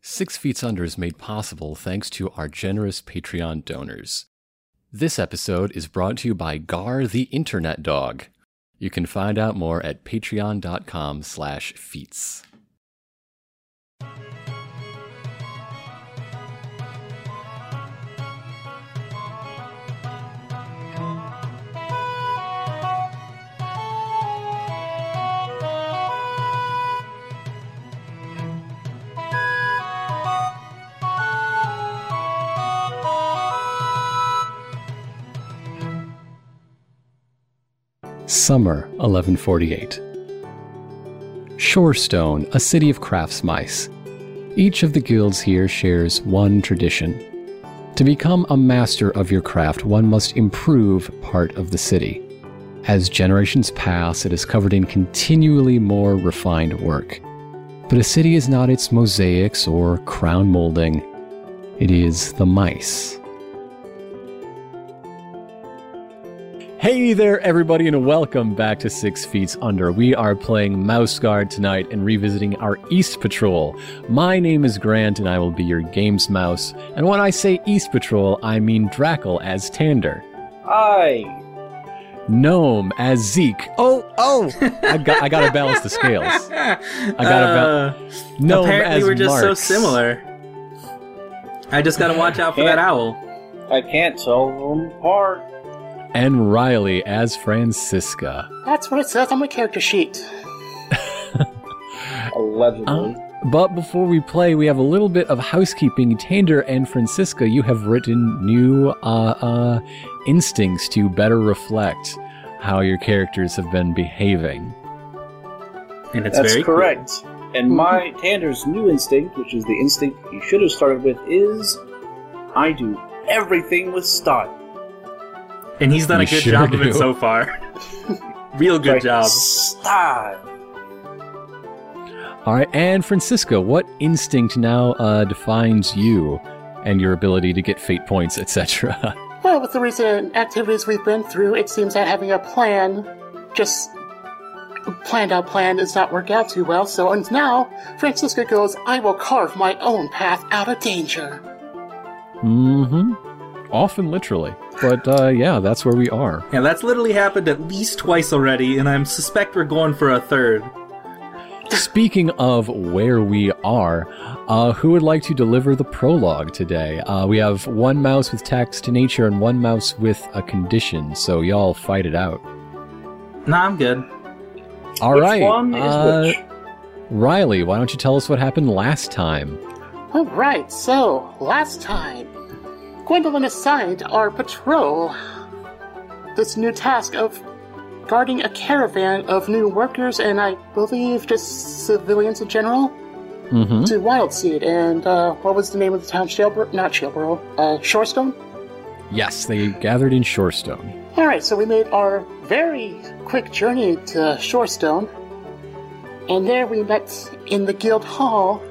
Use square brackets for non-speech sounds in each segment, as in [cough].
Six Feet Under is made possible thanks to our generous Patreon donors. This episode is brought to you by Gar the Internet Dog. You can find out more at patreon.com slash feats. Summer 1148. Shorestone, a city of craftsmice. Each of the guilds here shares one tradition. To become a master of your craft, one must improve part of the city. As generations pass, it is covered in continually more refined work. But a city is not its mosaics or crown molding, it is the mice. Hey there, everybody, and welcome back to Six Feet Under. We are playing Mouse Guard tonight and revisiting our East Patrol. My name is Grant, and I will be your games mouse. And when I say East Patrol, I mean Drackle as Tander, Hi. Gnome as Zeke. Oh, oh! [laughs] I got, I got to balance the scales. I got a Gnome Uh, apparently as we're just so Marks. similar. I just gotta watch out for that owl. I can't tell them apart. And Riley as Francisca. That's what it says on my character sheet. Allegedly. Um, Oh, But before we play, we have a little bit of housekeeping. Tander and Francisca, you have written new uh, uh, instincts to better reflect how your characters have been behaving. And it's That's very cool. correct. And my Tander's new instinct, which is the instinct you should have started with, is I do everything with style. And he's done You a good sure job of do. it [laughs] so far. Real good Like, job. Style. All right, and Francisca, what instinct now uh, defines you and your ability to get fate points, etc.? Well, with the recent activities we've been through, it seems that having a plan, just a planned out plan, does not work out too well. So and now, Francisco goes, I will carve my own path out of danger. [laughs] mm-hmm. Often literally. But uh, yeah, that's where we are. Yeah, that's literally happened at least twice already, and I am suspect we're going for a third. Speaking of where we are, uh, who would like to deliver the prologue today? Uh, we have one mouse with tax to nature and one mouse with a condition, so y'all fight it out. Nah, I'm good. All which right, One is uh, which? Riley, why don't you tell us what happened last time? Alright, so, last time, Gwendolyn assigned our patrol this new task of guarding a caravan of new workers and I believe just civilians in general. Mm-hmm. to Wild Seed, and uh, what was the name of the town? Shaleboro? Not Shaleboro. Uh, Shorestone? Yes, they gathered in Shorestone. Alright, so we made our very quick journey to Shorestone, and there we met in the Guild Hall.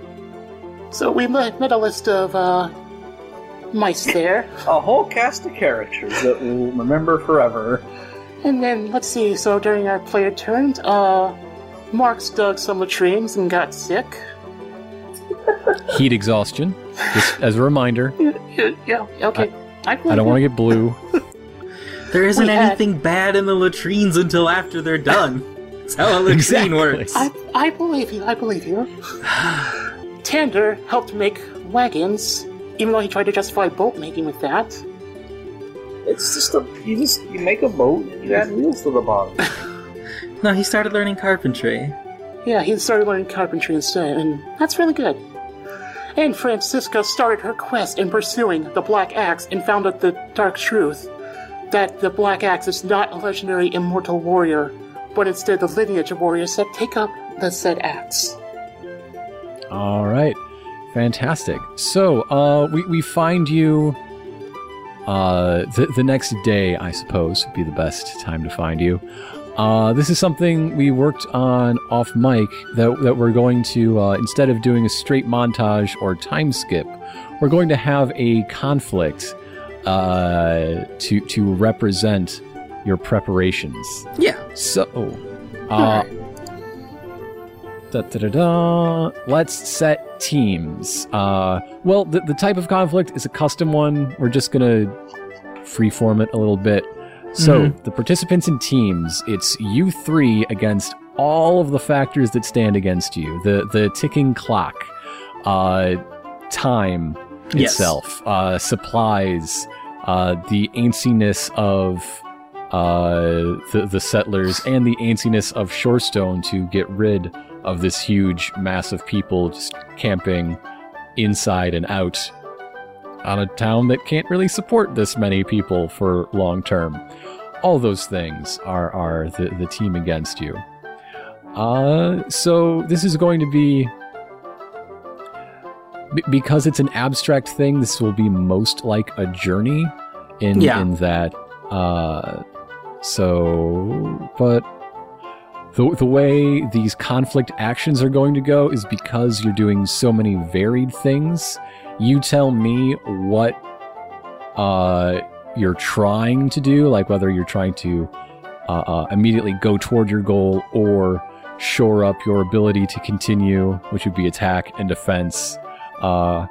So we met, met a list of uh, mice there, [laughs] A whole cast of characters that we'll remember forever. and then let's see, so during our player turns, uh, Marks dug some latrines and got sick. Heat exhaustion. Just as a reminder, Yeah, okay. I, I don't want to get blue. There isn't We had- anything bad in the latrines until [laughs] after they're done. That's how a latrine Exactly. works. I, I believe you. I believe you. [sighs] Tander helped make wagons, even though he tried to justify boat making with that. It's just a you just you make a boat and you add wheels to the bottom. No, he started learning carpentry. Yeah, he started learning carpentry instead, and that's really good. And Francisca started her quest in pursuing the Black Axe and found out the dark truth that the Black Axe is not a legendary immortal warrior, but instead the lineage of warriors that take up the said axe. All right. Fantastic. So, uh, we, we find you uh, the, the next day, I suppose, would be the best time to find you. Uh, this is something we worked on off mic that, that we're going to, uh, instead of doing a straight montage or time skip, we're going to have a conflict uh, to, to represent your preparations. Yeah. So, uh, Alright. Da, da, da, da. Let's set teams. Uh, well, the, the type of conflict is a custom one. We're just going to freeform it a little bit. So, the participants in teams, it's you three against all of the factors that stand against you the, the ticking clock, uh, time Yes. itself, uh, supplies, uh, the antsiness of uh, the, the settlers, and the antsiness of Shorestone to get rid of this huge mass of people just camping inside and out on a town that can't really support this many people for long term. All those things are, are the, the team against you. Uh, so this is going to be. be- Because it's an abstract thing, this will be most like a journey in, Yeah. in that. Uh, so, but the, the way these conflict actions are going to go is because you're doing so many varied things. You tell me what uh, you're trying to do, like whether you're trying to uh, uh, immediately go toward your goal or shore up your ability to continue, which would be attack and defense, uh,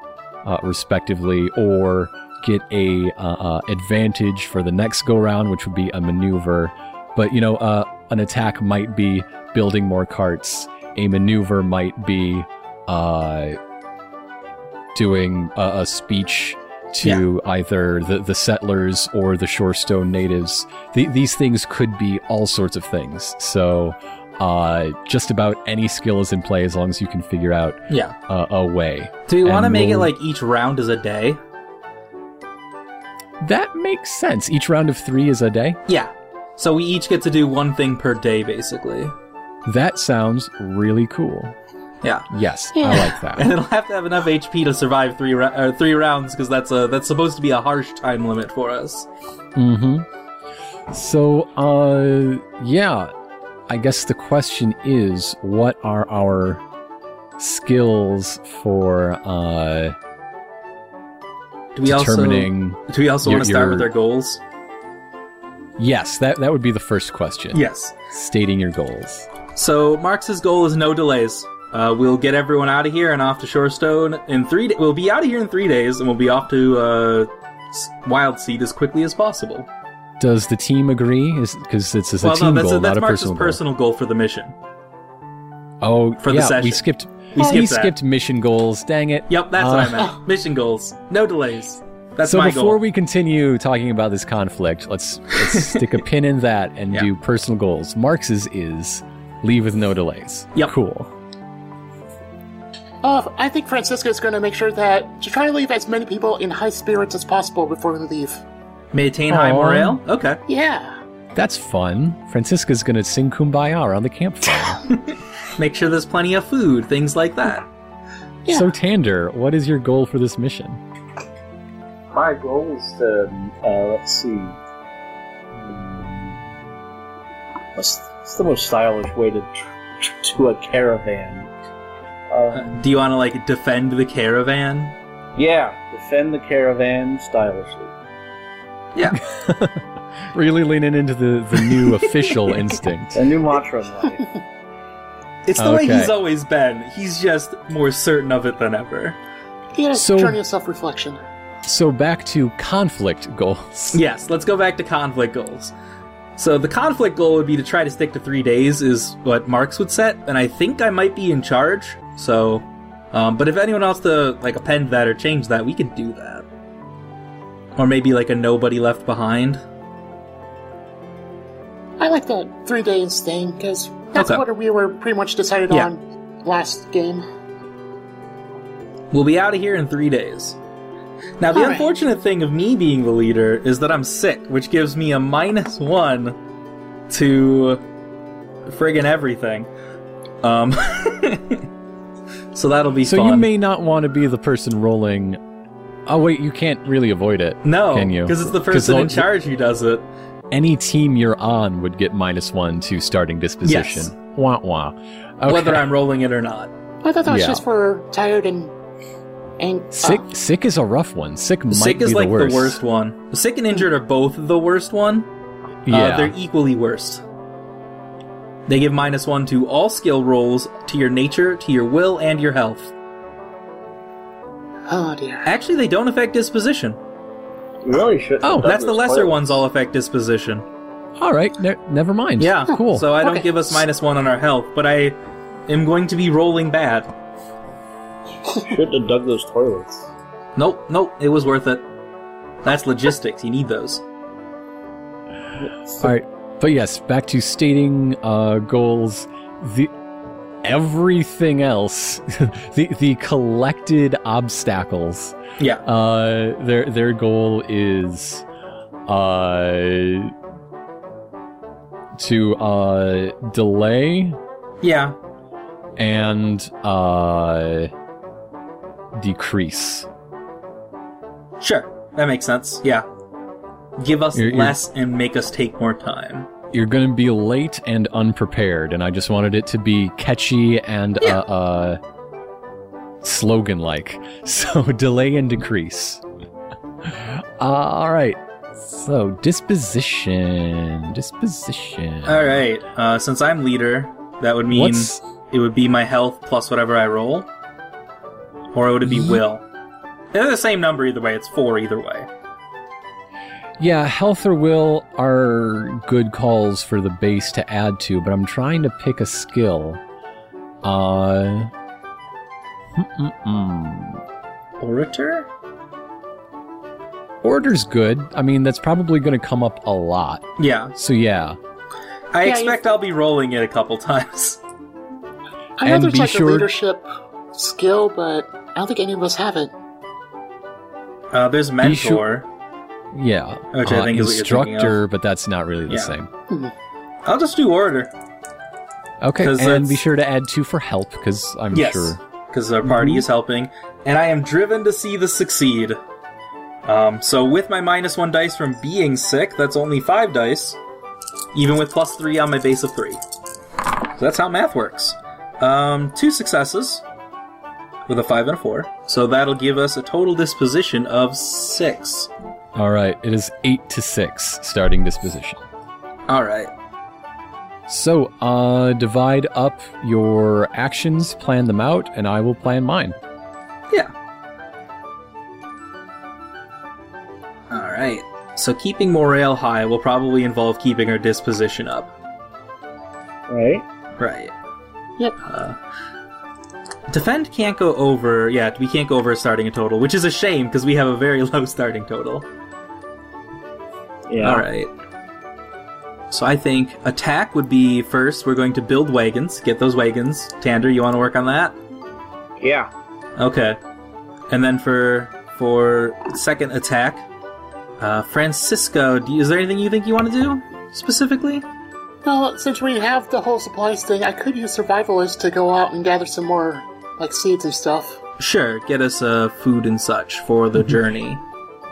uh, respectively, or get a uh, uh, advantage for the next go round, which would be a maneuver. But you know, uh, an attack might be building more carts. A maneuver might be uh, doing a, a speech to either the, the settlers or the shorestone natives. Th- these things could be all sorts of things. So, uh, just about any skill is in play as long as you can figure out Yeah. uh, a way. Do you want to And make it we'll- like each round is a day? That makes sense. Each round of three is a day. Yeah. So we each get to do one thing per day, basically. That sounds really cool. Yeah. [laughs] Yes, Yeah. I like that. And it'll have to have enough HP to survive three ra- or three rounds because that's a that's supposed to be a harsh time limit for us. Mm-hmm. So, uh, yeah, I guess the question is, what are our skills for uh, Do we determining? also do we also your- want to start your- with our goals? Yes, that that would be the first question. Yes. stating your goals. So Marx's goal is no delays. Uh, we'll get everyone out of here and off to Shorestone in three. Da- we'll be out of here in three days, and we'll be off to uh, s- Wild Seed as quickly as possible. Does the team agree? Because it's, it's a well, team no, that's, goal, that's not a Marx's personal goal. personal goal. for the mission. oh, for the yeah, we session. skipped. We oh, skipped we that. skipped mission goals. Dang it. Yep, that's what I Uh, meant. Mission goals, no delays. That's so my before goal. we continue talking about this conflict, let's, let's [laughs] stick a pin in that and Yeah. do personal goals. Marx's is leave with no delays. Yep. Cool. Uh, I think Francisco is going to make sure that to try to leave as many people in high spirits as possible before we leave. maintain high Aw. morale. Okay. Yeah. That's fun. Francisca's gonna sing Kumbaya around the [laughs] campfire. Make sure there's plenty of food, things like that. Yeah. So Tander, what is your goal for this mission? My goal is to uh, let's see. Hmm. What's, what's the most stylish way to to a caravan? Uh, Uh, do you want to like defend the caravan? yeah, defend the caravan stylishly. Yeah. Really leaning into the, the new [laughs] official instinct. A new mantra in life. It's the way Okay. he's always been. He's just more certain of it than ever. Yeah, it's So- a journey of self-reflection. So back to conflict goals. Yes, let's go back to conflict goals. So the conflict goal would be to try to stick to three days, is what Marks would set, and I think I might be in charge. So, um, but if anyone else to like append that or change that, we could do that. Or maybe like a nobody left behind. I like that three days thing because that's Okay. what we were pretty much decided Yeah. on last game. We'll be out of here in three days. Now, the All right. unfortunate thing of me being the leader is that I'm sick, which gives me a minus one to friggin' everything. Um, [laughs] so that'll be So fun. you may not want to be the person rolling. Oh wait, you can't really avoid it. no, can you? because it's the 'Cause person in they'll- charge who does it. Any team you're on would get minus one to starting disposition. Yes. Wah wah. Okay. whether I'm rolling it or not. I thought that was Yeah. just for tired and and uh, sick, sick is a rough one. Sick might sick be is the like worst. the worst one. Sick and injured are both the worst one. Yeah. Uh, they're equally worst. They give minus one to all skill rolls, to your nature, to your will, and your health. Oh dear. Actually, they don't affect disposition. You really shouldn't. Oh, have done That's the this lesser play. ones all affect disposition. All right, ne- never mind. Yeah, cool. So I don't Okay. give us minus one on our health, but I am going to be rolling bad. Shouldn't have dug those toilets. Nope, nope, it was worth it. That's logistics. You need those. All right, but yes, back to stating uh, goals. The everything else, [laughs] the the collected obstacles. Yeah. Uh, their their goal is, uh, to uh delay Yeah. and uh decrease. Sure. That makes sense. Yeah. Give us You're- you're- less and make us take more time. You're gonna be late and unprepared, and I just wanted it to be catchy and Yeah. uh, uh slogan like. [laughs] So delay and decrease. [laughs] Uh, all right. So disposition, disposition. All right. Uh, since I'm leader, that would mean What's it would be my health plus whatever I roll, or would it be will? They're the same number either way. It's four either way. Yeah, health or will are good calls for the base to add to, but I'm trying to pick a skill. Uh. mm-mm-mm. Orator. Order's good. I mean, that's probably going to come up a lot. Yeah. So, yeah. I Yeah, expect I'll be rolling it a couple times. [laughs] I know And there's be like sure- a leadership skill, but I don't think any of us have it. Uh, there's sure- mentor. Yeah. Which I Uh, think is what you're instructor, thinking but that's not really the Yeah. same. I'll just do orator. Okay, 'Cause and be that's- sure to add two for help, because I'm yes, sure. Mm-hmm. because our party is helping, and I am driven to see this succeed. Um, so with my minus one dice from being sick, that's only five dice, even with plus three on my base of three. So that's how math works. Um, two successes with a five and a four, so that'll give us a total disposition of six. All right, it is 8 to 6 starting disposition. All right. So, uh, divide up your actions, plan them out, and I will plan mine. Yeah. All right. So keeping morale high will probably involve keeping our disposition up. Right? Right. Yep. Uh, defend can't go over. Yeah, we can't go over a starting total, which is a shame because we have a very [laughs] low starting total. Yeah. All right. So I think attack would be first. We're going to build wagons. Get those wagons. Tander, you want to work on that? Yeah. Okay. And then for for second attack, uh, Francisco, do you, is there anything you think you want to do specifically? Well, since we have the whole supplies thing, I could use survivalist to go out and gather some more like seeds and stuff. Sure, get us uh, food and such for Mm-hmm. the journey.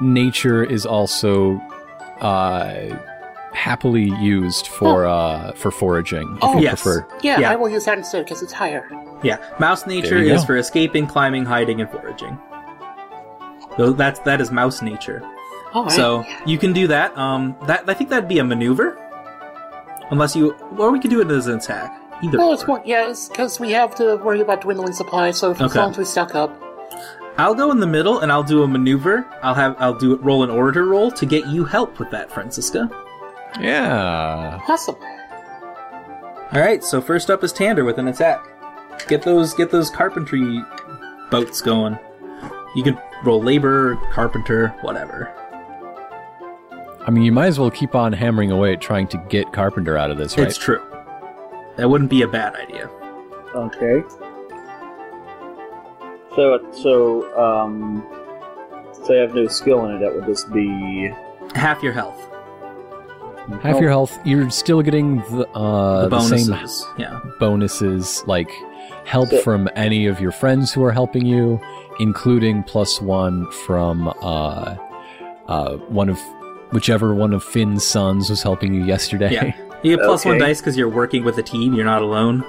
nature is also uh, happily used for uh, for foraging. If Oh, you yes. prefer. Yeah, Yeah. I will use that instead because it's higher. Yeah, mouse nature you is go. for escaping, climbing, hiding, and foraging. Tho- That's that is mouse nature. All right. So you can do that. Um, that I think that'd be a maneuver, unless you or we could do it as an attack. Either. well, it's or. one. Yeah, it's because we have to worry about dwindling supplies. So if as Okay. long as we stock up, I'll go in the middle and I'll do a maneuver. I'll have I'll do roll an orator roll to get you help with that, Francisca. Yeah. awesome. All right. So first up is Tander with an attack. Get those get those carpentry boats going. You could roll labor, carpenter, whatever. I mean, you might as well keep on hammering away at trying to get Carpenter out of this, right? It's true. That wouldn't be a bad idea. Okay. So, so, um, say I have no skill in it, that would just be. Half your health. Half your health. You're still getting the, uh, the the bonuses. same yeah. bonuses, like help So- from any of your friends who are helping you, including plus one from uh, uh, one of whichever one of Finn's sons was helping you yesterday. [laughs] Yeah. You get plus one Okay. dice because you're working with a team. You're not alone.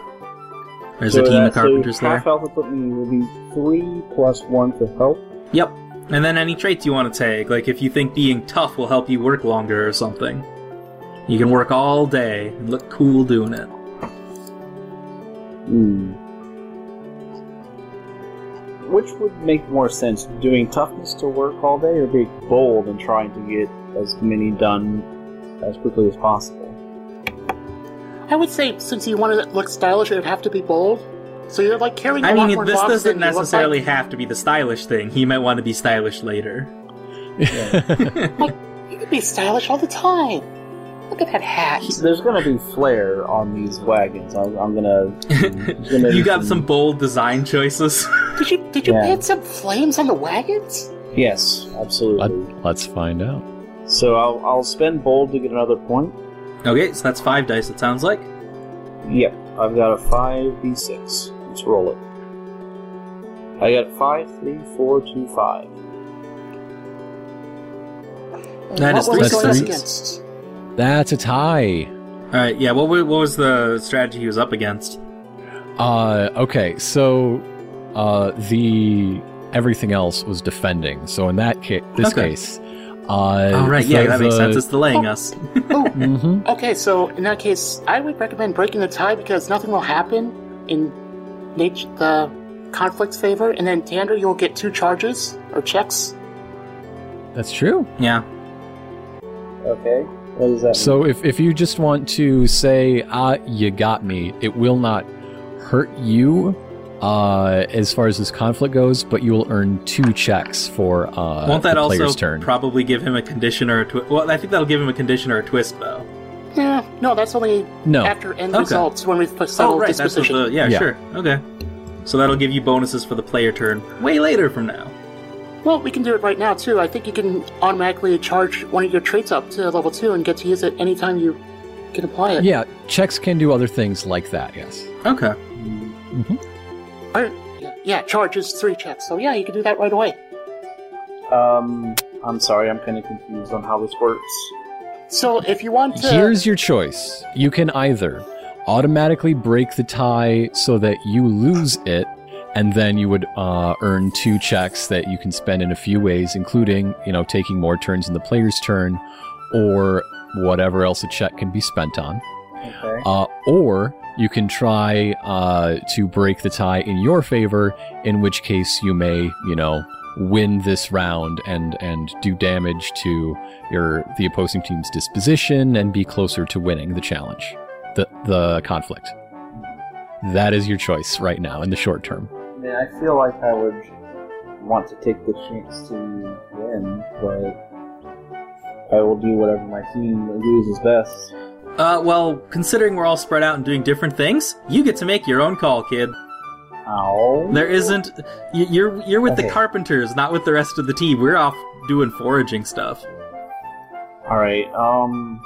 There's so a team that- of carpenters so there. Half health equipment will be three plus one for health. Yep. And then any traits you want to take, like if you think being tough will help you work longer or something. You can work all day and look cool doing it. Hmm. Which would make more sense, doing toughness to work all day or being bold and trying to get as many done as quickly as possible? I would say since you wanted to look stylish, it would have to be bold. So you're like carrying. a I lot mean, more this boxes doesn't than you look like. necessarily have to be the stylish thing. He might want to be stylish [laughs] later. [laughs] You could be stylish all the time. Look at that hat. There's gonna be flair on these wagons. I'm, [laughs] I'm gonna. there's gonna be You got some bold design choices. [laughs] Did you did you Yeah. paint some flames on the wagons? Yes, Let, absolutely. let's find out. So I'll, I'll spend bold to get another point. okay, so that's five dice. It sounds like. Yep, I've got a 5d6. Let's roll it. I got five, three, four, two, five. And That what is were we three going up successes. against? That's a tie. All right. Yeah. What, wa- what was the strategy he was up against? Uh, okay, so uh, the everything else was defending. So in that case, this Okay. case, uh, All right. Yeah, the- that makes the- [laughs] sense. It's delaying us. Mhm. Oh, Okay, so in that case, I would recommend breaking the tie because nothing will happen in nat- the conflict's favor, and then Tander, you'll get two charges or checks. That's true. Yeah. Okay, what does that So if, if you just want to say, ah, you got me, it will not hurt you uh, as far as this conflict goes, but you will earn two checks for uh, Won't that the player's also turn. probably give him a condition or a twist? Well, I think that'll give him a condition or a twist, though. Yeah, no, that's only no. after end Okay. Oh, results when we've put settled That's what disposition. the, yeah, Yeah. sure. Okay. So that'll give you bonuses for the player turn way later from now. Well, we can do it right now too. I think you can automatically charge one of your traits up to level two and get to use it anytime you can apply it. yeah, checks can do other things like that, yes. Okay. Or- yeah, yeah, charge is three checks. So yeah, you can do that right away. Um, I'm sorry, I'm kind of confused on how this works. So if you want to, Here's your choice. You can either automatically break the tie so that you lose it, and then you would uh, earn two checks that you can spend in a few ways, including, you know, taking more turns in the player's turn or whatever else a check can be spent on. Okay. Uh, or you can try uh, to break the tie in your favor, in which case you may, you know, win this round and and do damage to your the opposing team's disposition and be closer to winning the challenge, the the conflict. That is your choice right now in the short term. I mean, I feel like I would want to take the chance to win, but I will do whatever my team agrees is best. Uh, well, considering we're all spread out and doing different things, you get to make your own call, kid. Ow. There isn't. y- You're you're with the Okay. carpenters, not with the rest of the team. We're off doing foraging stuff. All right. Um.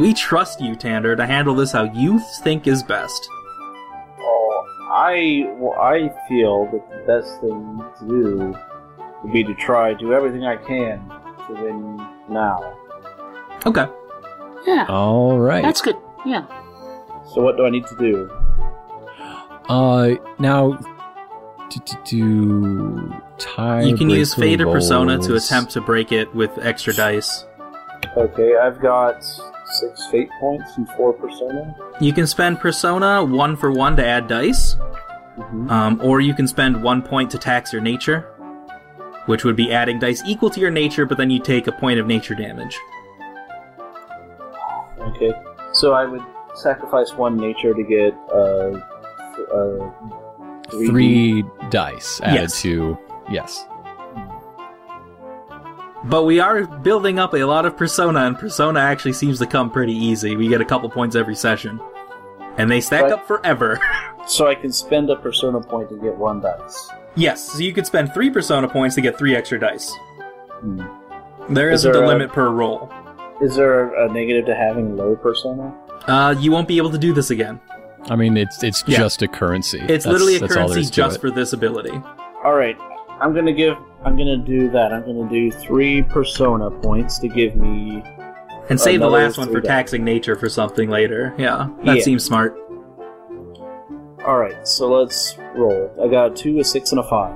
We trust you, Tander, to handle this how you think is best. Oh, I well, I feel that the best thing to do would be to try do everything I can to win now. Okay. yeah, Oh, All right. that's good. Yeah. So what do I need to do? Uh, now, to, to, do tie. you can use breaker Fate or Persona to rolls. attempt to break it with extra dice. Okay, I've got six fate points and four persona. You can spend Persona one for one to add dice, Mhm. um, or you can spend one point to tax your nature, which would be adding dice equal to your nature, but then you take a point of nature damage. Okay, so I would sacrifice one nature to get uh, th- uh three dice added Yes. to yes. But we are building up a lot of Persona, and Persona actually seems to come pretty easy. We get a couple points every session, and they stack But- up forever. [laughs] So I can spend a persona point to get one dice. yes, so you could spend three Persona points to get three extra dice. Hmm. There Is isn't there a a- limit per roll. Is there a negative to having low persona? Uh, you won't be able to do this again. I mean, it's it's Yeah. just a currency. It's That's- literally a that's all there currency is to just it. for this ability. All right, I'm gonna give. I'm gonna do that. I'm gonna do three persona points to give me. And save the Another last one for three die. taxing nature for something later. Yeah, that Yeah. seems smart. All right, so let's roll. I got a two, a six, and a five.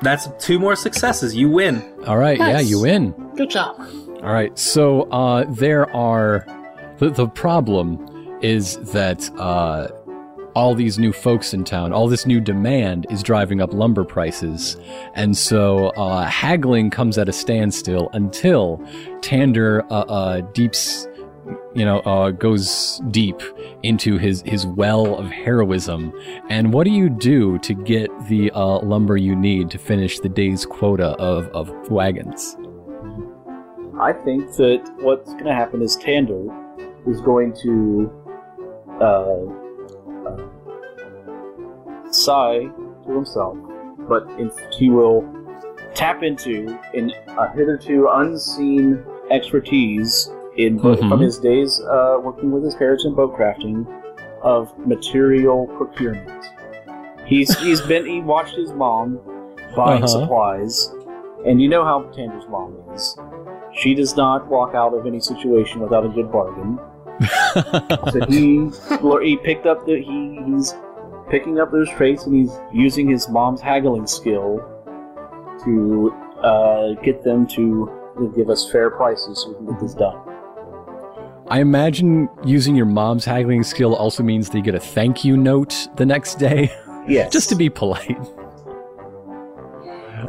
That's two more successes. You win. All right, yeah, Nice. you win. Good job. All right, so uh, there are the, the problem is that uh, all these new folks in town, all this new demand is driving up lumber prices. And so uh, haggling comes at a standstill until Tander uh, uh, deeps, you know, uh, goes deep into his, his well of heroism. And what do you do to get the uh, lumber you need to finish the day's quota of, of wagons? I think that what's going to happen is Tander is going to uh, uh, sigh to himself, but in, he will tap into an a hitherto unseen expertise in both Mhm. from his days uh, working with his parents in boat crafting of material procurement. He's he's been he watched his mom buying Uh-huh. supplies, and you know how Tanger's mom is. She does not walk out of any situation without a good bargain. So [laughs] he he picked up the he, he's picking up those traits and he's using his mom's haggling skill to uh, get them to give us fair prices so we can get this done. I imagine using your mom's haggling skill also means that you get a thank you note the next day, [laughs] Yes. just to be polite.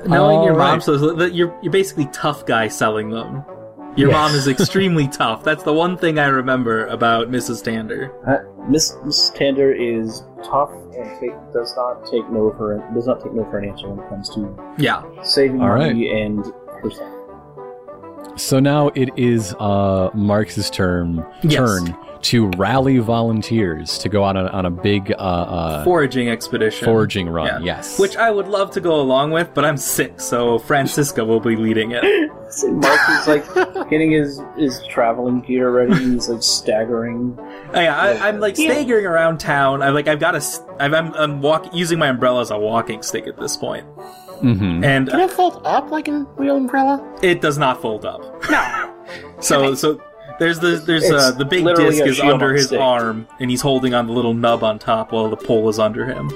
Knowing your All mom right. says that you're you're basically tough guy selling them. Your Yeah. [laughs] mom is extremely tough. That's the one thing I remember about Mrs. Tander. Uh, Miss Mrs. Tander is tough and take, does not take no for does not take no for an answer when it comes to Yeah. saving All right. money and herself. So now it is uh, Marx's turn Yes. turn to rally volunteers to go out on, on a big uh, uh, Foraging expedition. foraging run. Yeah. Yes, Which I would love to go along with, but I'm sick, so Francisca will be leading [laughs] it. So Mark is [laughs] like getting his his traveling gear ready. He's like staggering. Yeah, I, I'm like Yeah. staggering around town. I'm like I've got a, I'm I'm, I'm walk, using my umbrella as a walking stick at this point, Mhm. and Can it fold up like a real umbrella? it does not fold up. No. [laughs] So so there's the there's It's uh, the big literally disc a is shield under on his stick. arm, and he's holding on the little nub on top while the pole is under him.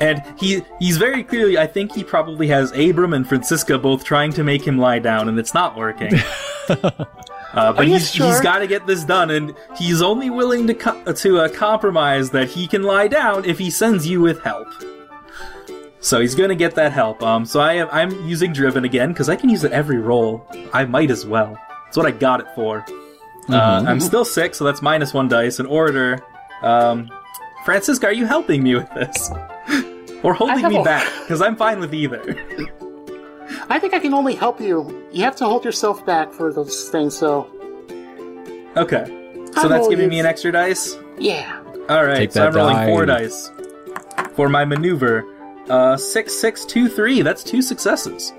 And he he's very clearly, I think he probably has Abram and Francisca both trying to make him lie down, and it's not working. Uh, Are but you he's, he's sure? got to get this done, and he's only willing to co- to uh, compromise that he can lie down if he sends you with help. So he's gonna get that help. Um, so I am I'm using driven again because I can use it every roll. I might as well. That's what I got it for. Uh, I'm still sick, so that's minus one dice. And orator, um, Francisca, are you helping me with this, [laughs] or holding have me a- back? Because I'm fine with either. [laughs] I think I can only help you. You have to hold yourself back for those things, so okay. So I'll that's roll giving you. me an extra dice. yeah. All right, Take so I'm that rolling four die. dice for my maneuver. Uh, six, six, two, three. That's two successes.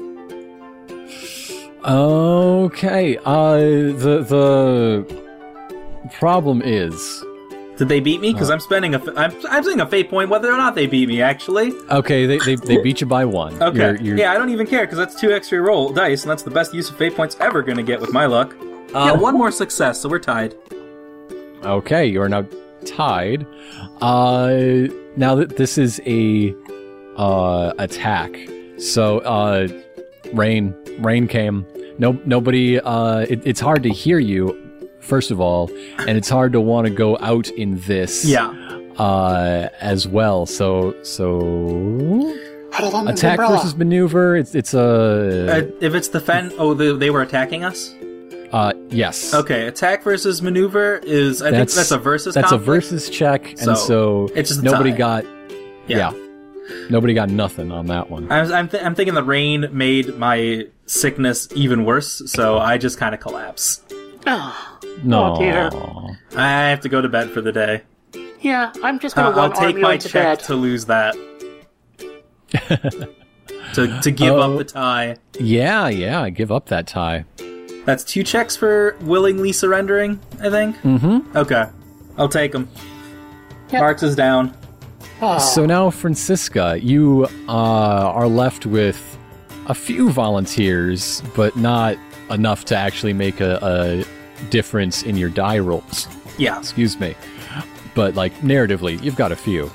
Okay. Uh, the the problem is Did they beat me? Because Uh-huh. I'm spending a, f- I'm, I'm spending a fate point whether or not they beat me. Actually, okay. They, they, they beat you by one. okay, You're- you're- yeah, I don't even care because that's two extra roll dice, and that's the best use of fate points ever gonna get with my luck. Uh, one more success, so we're tied. Okay, you are now tied. Uh, now that this is a uh, attack, so uh, rain rain came. No, nobody. Uh, it, it's hard to hear you, first of all, and it's hard to want to go out in this. Yeah, Uh, as well. So so Huddled under the attack umbrella. versus maneuver. It's it's uh, a if it's defend, oh, they, they were attacking us. uh, yes. Okay, attack versus maneuver is I That's- think that's a versus. That's a conflict. versus check, and So, so, it's just a nobody tie. got. Yeah. Yeah. nobody got nothing on that [laughs] one. I was, I'm, th- I'm thinking the rain made my sickness even worse, so I just kind of collapse. Ah, No. Oh, dear. I have to go to bed for the day. yeah, I'm just Uh, gonna I'll one take arm you my into check bed. to lose that. to, to give Oh. up the tie. yeah, yeah. I give up that tie. That's two checks for willingly surrendering, I think. Mm-hmm. Okay. I'll take them. Yep. Marks is down. Ah. So now, Francisca, you uh, are left with a few volunteers, but not enough to actually make a, a difference in your die rolls. Yeah. Excuse me. But like narratively, you've got a few.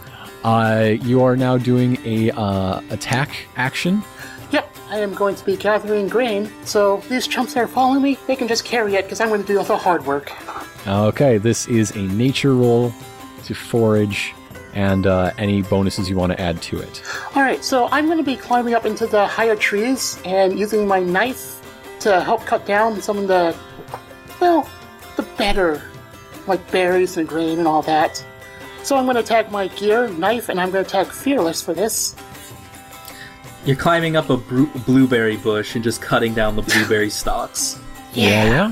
Uh, you are now doing a uh, attack action. Yep, I am going to be gathering grain, so these chumps that are following me, they can just carry it because I'm going to do all the hard work. Okay, this is a nature roll to forage, and uh, any bonuses you want to add to it. All right, so I'm going to be climbing up into the higher trees and using my knife to help cut down some of the, well, the better, like berries and grain and all that. So I'm going to tag my gear, knife, and I'm going to tag fearless for this. You're climbing up a bru- blueberry bush and just cutting down the blueberry stalks. Yeah, yeah.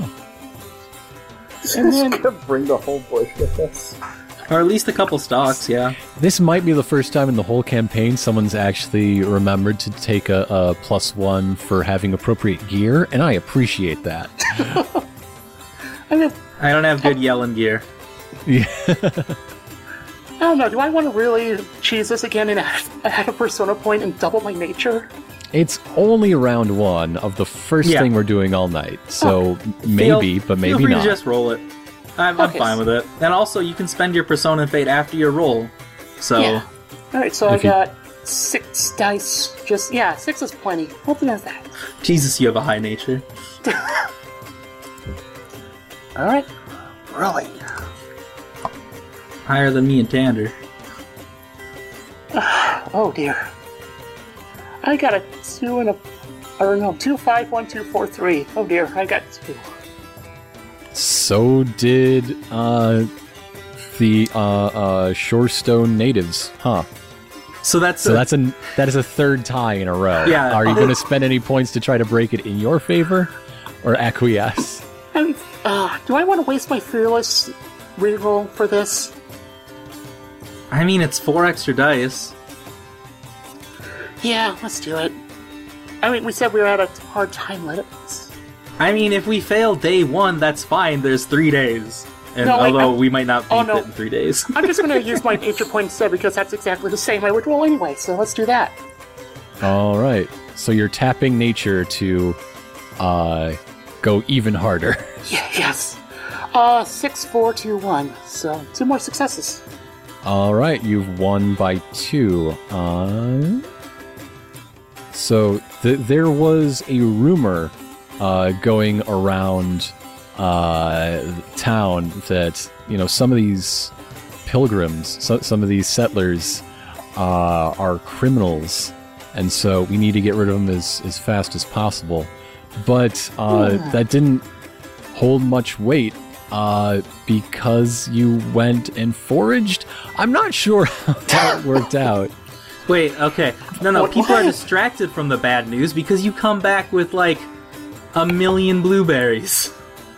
And then- Just gonna bring the whole bush with us. Or at least a couple stalks, yeah. This might be the first time in the whole campaign someone's actually remembered to take a, a plus one for having appropriate gear, and I appreciate that. I'm gonna, I don't have good yelling gear. I don't know. Do I want to really cheese this again and add, [laughs] add a persona point and double my nature? It's only round one of the first Yeah. thing we're doing all night, so Feel- maybe, but feel maybe free not. To just roll it. I'm, I'm Okay. fine with it. And also, you can spend your persona fate after your roll. So Yeah. All right, so I If you- got six dice. Just yeah, six is plenty. We'll do that. Jesus, you have a high nature. All right, really. Higher than me and Tander. Oh dear. I got a two and a, or no, two five one two four three. Oh dear, I got two. So did uh, the uh, uh, Shorestone natives, huh? So that's So a- that's a that is a third tie in a row. Yeah. Are you going to spend any points to try to break it in your favor, or acquiesce? Um, uh, do I want to waste my fearless reroll for this? I mean, it's four extra dice. Yeah, let's do it. I mean, we said we were at a hard time limit. I mean, if we fail day one, that's fine. There's three days. And No, wait, although I- we might not beat Oh, no. it in three days. [laughs] I'm just going to [laughs] use my nature point instead because that's exactly the same I would roll anyway. So let's do that. All right. So you're tapping nature to uh, go even harder. Yeah, yes. Uh, six four two one. So two more successes. All right, you've won by two. Uh, so th- there was a rumor uh, going around uh, town that you know some of these pilgrims, so, some of these settlers, uh, are criminals, and so we need to get rid of them as as fast as possible. But uh, that didn't hold much weight uh, because you went and foraged. I'm not sure [laughs] how that worked out. Wait, okay. No, no, What- people what? are distracted from the bad news because you come back with, like, a million blueberries.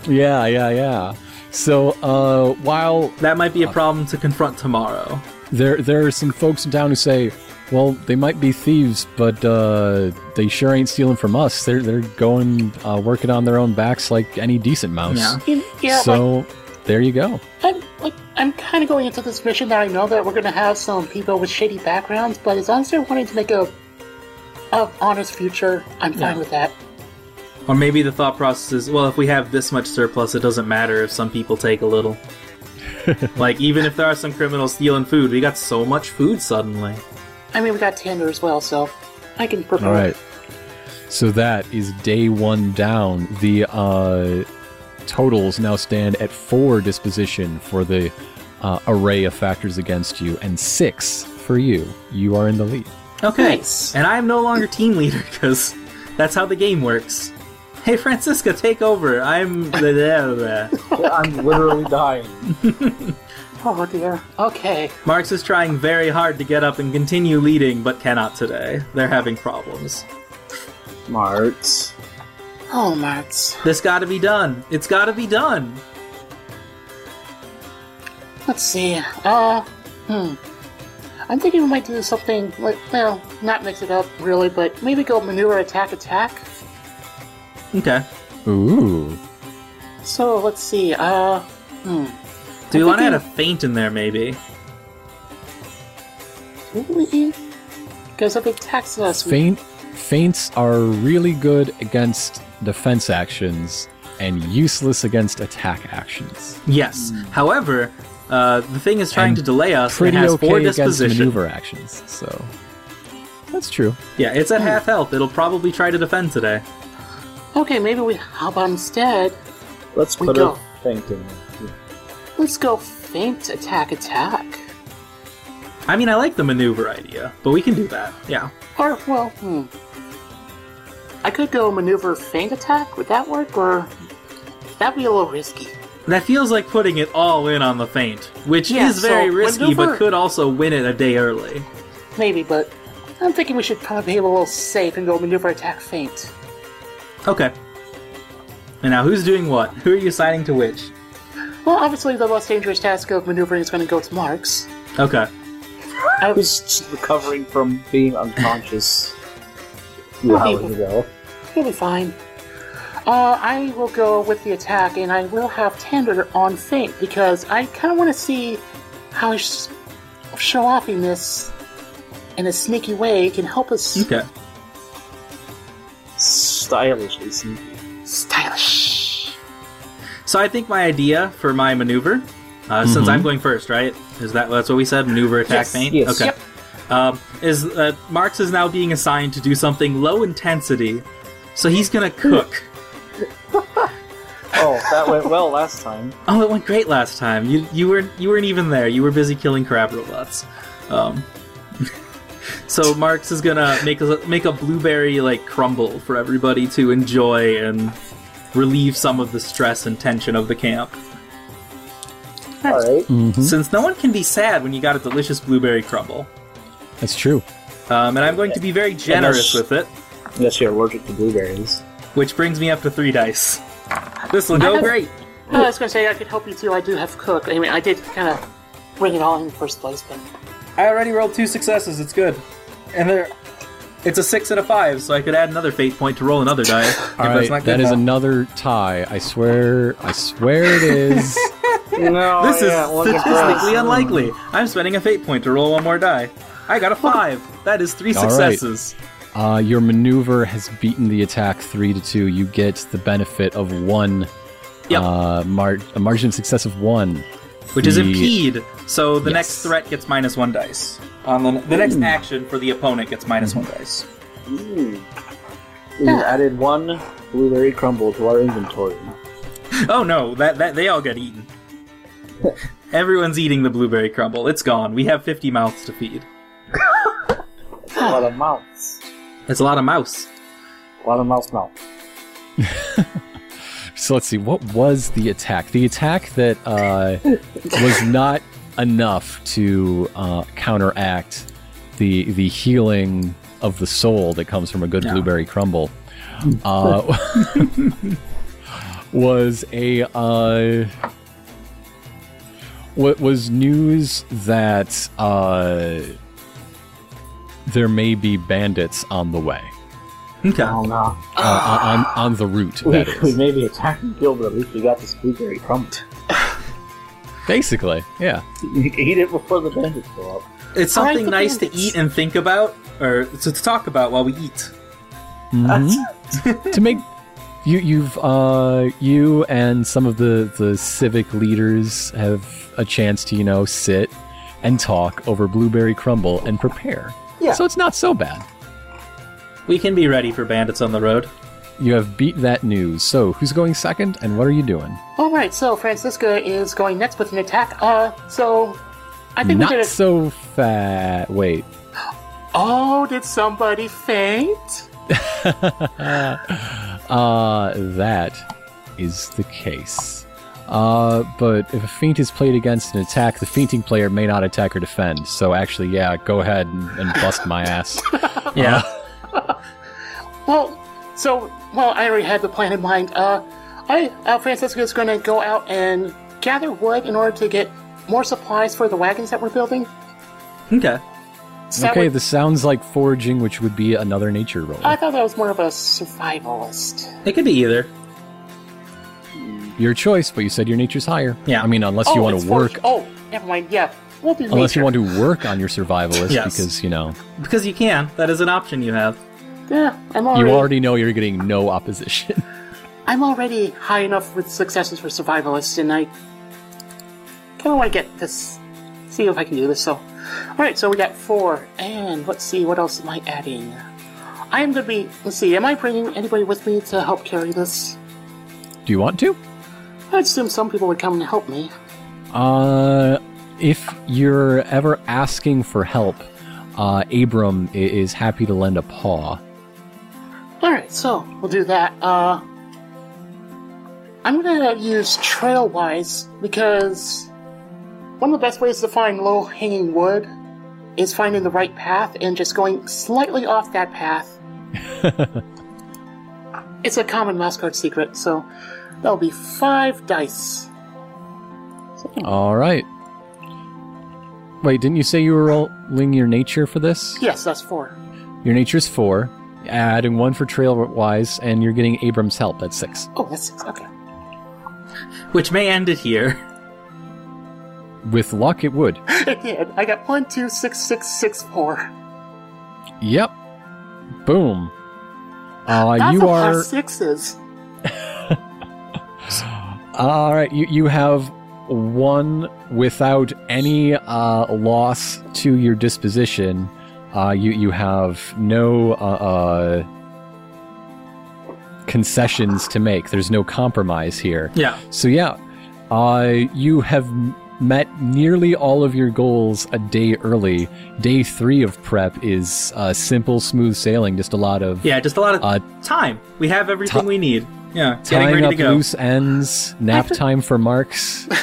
Yeah, yeah, yeah. So uh, while That might Uh, be a problem to confront tomorrow. there there are some folks in town who say, well, they might be thieves, but uh, they sure ain't stealing from us. They're they're going uh, working on their own backs like any decent mouse. Yeah. In- yeah, like, so there you go. I'm like I'm kind of going into this mission that I know that we're gonna have some people with shady backgrounds, but as long as they're wanting to make a, a honest future, I'm fine with that. Or maybe the thought process is, well, if we have this much surplus, it doesn't matter if some people take a [laughs] little. like, even if there are some criminals stealing food, we got so much food suddenly. I mean, we got Tander as well, so I can prefer. All right. So that is day one down. The uh, totals now stand at four disposition for the uh, array of factors against you, and six for you. You are in the lead. Okay. Nice. And I'm no longer team leader [laughs] because that's how the game works. Hey, Francisca, take over. I'm. [laughs] blah, blah, blah. I'm literally dying. Oh dear. Okay. Marx is trying very hard to get up and continue leading, but cannot today. They're having problems. Marts. Oh, Marts. This gotta be done. It's gotta be done. Let's see. Uh, hmm. I'm thinking we might do something like, well, not mix it up really, but maybe go manure attack attack. Okay. Ooh. So let's see. Uh, Do you I'm want to thinking- add a feint in there, maybe? because if it attacks us, we Feint, feints are really good against defense actions and useless against attack actions. Yes. However, uh, the thing is Hmm. trying And to delay us. It Pretty has okay four against disposition. maneuver actions, so that's true. Yeah, it's Hmm. at half health. It'll probably try to defend today. Okay, maybe we hop on instead. Let's We put go. a faint in. Let's go faint attack attack. I mean, I like the maneuver idea, but we can do that. Yeah. Or, well, hmm. I could go maneuver feint attack. Would that work? Or that'd be a little risky. That feels like putting it all in on the feint, which Yeah, is very so risky, maneuver- but could also win it a day early. Maybe, but I'm thinking we should probably be a little safe and go maneuver attack feint. Okay. And now, who's doing what? Who are you assigning to which? Well, obviously, the most dangerous task of maneuvering is going to go to Marks. Okay. I was just recovering from being [laughs] unconscious a few Okay. hours ago. He'll be fine. Uh, I will go with the attack, and I will have Tander on feint because I kind of want to see how his show offiness in a sneaky way can help us Okay. Stylishly sneaky. stylish. So I think my idea for my maneuver, uh, since I'm going first, right? Is that that's what we said? Maneuver, attack, Yes, feint. yes. Okay. Um, is uh, Marx is now being assigned to do something low intensity, so he's gonna cook. Oh, that went well last [laughs] time. Oh, it went great last time. You you were you weren't even there. You were busy killing crab robots. Um, [laughs] so Marx is gonna make a make a blueberry like crumble for everybody to enjoy and relieve some of the stress and tension of the camp. Alright. Since no one can be sad when you got a delicious blueberry crumble, That's true. um, and I'm going to be very generous with it, Unless you're allergic to blueberries. which brings me up to three dice. This will I go have- great. I was going to say I could help you too. I do have cook. I mean, I did kind of bring it all in the first place, but I already rolled two successes. It's good, and there, it's a six and a five, so I could add another fate point to roll another die. [laughs] if All that's right, not that good is enough. another tie. I swear, I swear it [laughs] is. No, This yeah, is look at statistically this. unlikely. I'm spending a fate point to roll one more die. I got a five. That is three All right. successes. uh, your maneuver has beaten the attack three to two. You get the benefit of one. Yep. Uh, mar- a margin of success of one. Which is The- impede, so the Yes. next threat gets minus one dice. On the, the next action for the opponent gets minus one dice. Ooh, Hmm. added one blueberry crumble to our inventory. Oh no, that, that they all [laughs] get eaten. Everyone's eating the blueberry crumble. It's gone. We have 50 mouths to feed. That's a lot of mouths. That's a lot of mouse. A lot of mouse mouth. So let's see, what was the attack? The attack that uh, was not enough to uh, counteract the the healing of the soul that comes from a good Yeah. blueberry crumble uh, [laughs] was a uh, what was news that uh, there may be bandits on the way Okay. Oh no. uh, on, on- on the route. [laughs] We, That we is [laughs] may be attacking Gil, but at least we got this blueberry crumble. [laughs] basically, yeah. Eat it before the bandits go up. It's I like something the nice to bandits. eat and think about, or to to talk about while we eat. Mhm. to make you you've uh you and some of the the civic leaders have a chance to you know sit and talk over blueberry crumble and prepare Yeah. so it's not so bad We can be ready for bandits on the road. you have beat that news so who's going second and what are you doing all right. So Francisca is going next with an attack. Uh, so I think we not did it. so fat wait Oh, did somebody faint? Uh, that is the case. Uh, but if a feint is played against an attack, the feinting player may not attack or defend. So actually, yeah, go ahead and, and bust my ass. Uh, Yeah. Well, so well, I already had the plan in mind. Uh, I uh, Francesca is going to go out and gather wood in order to get more supplies for the wagons that we're building. Okay. So that okay, would- this sounds like foraging, which would be another nature roll. I thought that was more of a survivalist. It could be either. Your choice, but you said your nature's higher. Yeah. I mean, unless you oh, want it's to for- work, Oh, never mind. Yeah, we'll do. unless you nature. want to work on your survivalist, Yes. because you know Because you can. That is an option you have. Yeah, I'm already. you already know you're getting no opposition. [laughs] I'm already high enough with successes for survivalists, and I kind of want to get this. See if I can do this. So, all right. So we got four, and let's see what else am I adding. I am going to be. Let's see. Am I bringing anybody with me to help carry this? Do you want to? I assume some people would come and help me. Uh, if you're ever asking for help, uh, Abram i- is happy to lend a paw. All right, so we'll do that. Uh, I'm gonna use Trailwise because one of the best ways to find low-hanging wood is finding the right path and just going slightly off [laughs] that path. it's a common mascot secret, so that'll be five dice. All right. Wait, didn't you say you were rolling your nature for this? Yes, that's four. Your nature's four. Adding one for trail wise, and you're getting Abram's help. That's six. Oh, that's six. Okay. [laughs] Which may end it here. With luck, it would. [gasps] It did. I got one, two, six, six, six, four. Yep. Boom. Uh, That's you a are. lot of sixes. All right, you, you have one without any uh, loss to your disposition. Uh, you you have no uh, uh, concessions to make. There's no compromise here. Yeah. So [laughs] yeah, uh, you have m- met nearly all of your goals a day early. Day three of prep is uh, simple, smooth sailing. Just a lot of Yeah, just a lot of Uh, time. We have everything we need. Yeah, getting tying ready up to go. loose [laughs] ends, nap feel- time for marks. Uh, I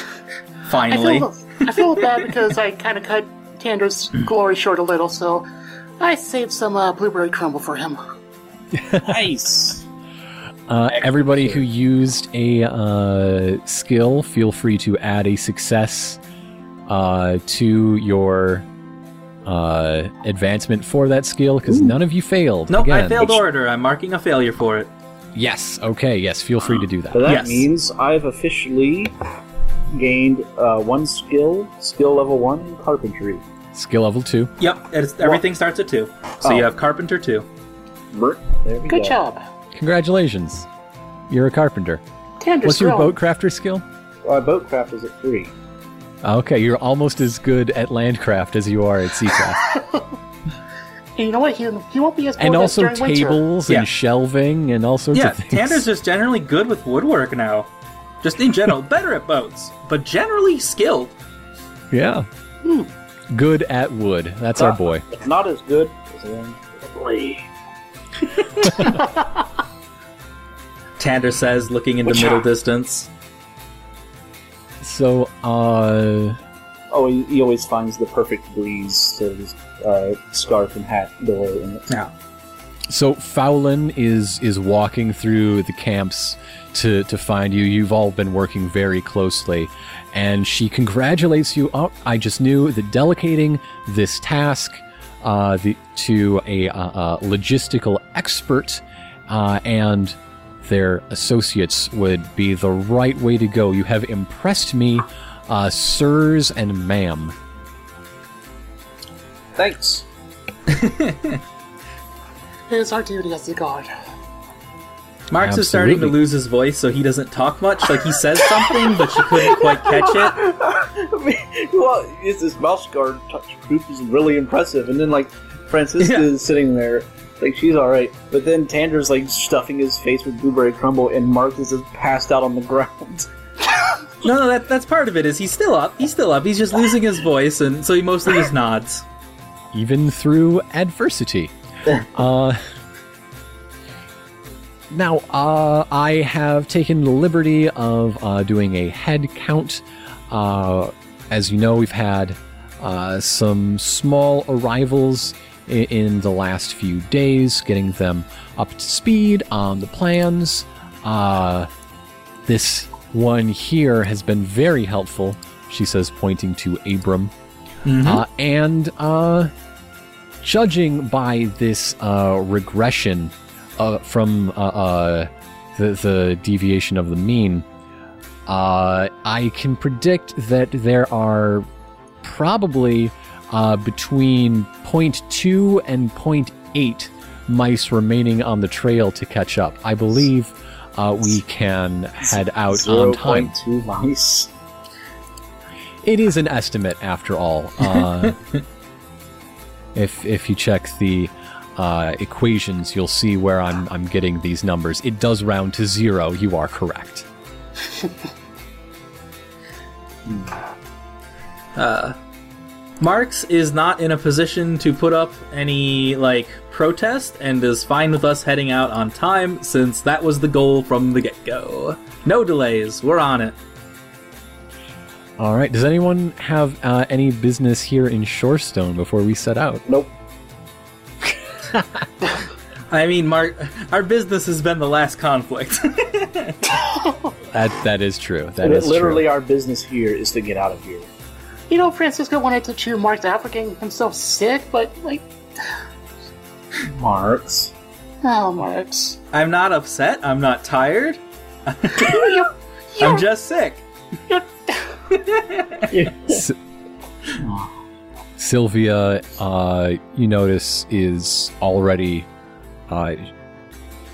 Finally. feel, I feel bad because I kind of cut Tander's Hmm. glory short a little, so I saved some uh, blueberry crumble for him. Nice. Uh, everybody who used a uh, skill, feel free to add a success uh, to your uh, advancement for that skill because none of you failed. nope, I Again, failed order. I'm marking a failure for it. Yes. Okay. Yes. Feel free to do So that. that Yes. means I've officially gained uh, one skill, skill level one in carpentry. Skill level two. Yep, it's, everything starts at two. So Oh. you have carpenter two. Brr, There we Good go. job. Congratulations. You're a carpenter. Tander's What's your growing. boat crafter skill? Ah, Uh, boatcraft is at three. Okay, you're almost as good at landcraft as you are at seacraft, And you know what? He, he won't be as bored and as also during winter. tables Yeah. and shelving and all sorts Yeah, of things. Tanner's just generally good with woodwork now. Just in [laughs] general, better at boats, but generally skilled. [laughs] Yeah. Good at wood. That's our Ah. boy. But not as good as the one with the blade. Tander says, looking into Whatcha? middle distance. So, uh, Oh, he, he always finds the perfect breeze to his uh, scarf and hat door in it. Yeah. so Fowlin is is walking through the camps to to find you. You've all been working very closely, and she congratulates you. Oh, I just knew that delegating this task uh, the, to a uh, uh, logistical expert uh, and their associates would be the right way to go. You have impressed me, uh, sirs and ma'am. [laughs] Thanks. It is our duty as the guard. Marx is starting to Absolutely. lose his voice, so he doesn't talk much. Like he says something, but you couldn't quite catch it. well, it's this mouse guard touch group is really impressive, and then like Francisca Yeah. is sitting there, like she's all right, but then Tander's like stuffing his face with blueberry crumble, and Mark is just passed out on the [laughs] ground. No, no, that, that's part of it. Is he's still up? He's still up. He's just losing his voice, and so he mostly just nods. even through adversity. uh, now, uh, I have taken the liberty of uh, doing a head count. Uh, as you know, we've had uh, some small arrivals in, in the last few days, getting them up to speed on the plans. Uh, this one here has been very helpful, she says, pointing to Abram. Uh, and uh, judging by this uh, regression uh, from uh, uh, the, the deviation of the mean, uh, I can predict that there are probably uh, between 0.2 and 0.8 mice remaining on the trail to catch up. I believe uh, we can head out Oh, on time. 0.2 mice. It is an estimate, after all. Uh, if if you check the uh, equations, you'll see where I'm I'm getting these numbers. It does round to zero. You are correct. Uh, Marx is not in a position to put up any, like, protest and is fine with us heading out on time since that was the goal from the get go. No delays, we're on it. All right. Does anyone have uh, any business here in Shorestone before we set out? Nope. I mean, Mark, our business has been the last conflict. [laughs] That that is true. That is literally, true. our business here is to get out of here. You know, Francisco wanted to chew Mark's out for getting himself sick, but, like, [laughs] Marks. oh, Marks. I'm not upset, I'm not tired, You, you, you, I'm just sick. you, S- Sylvia, uh, you notice, is already. Uh,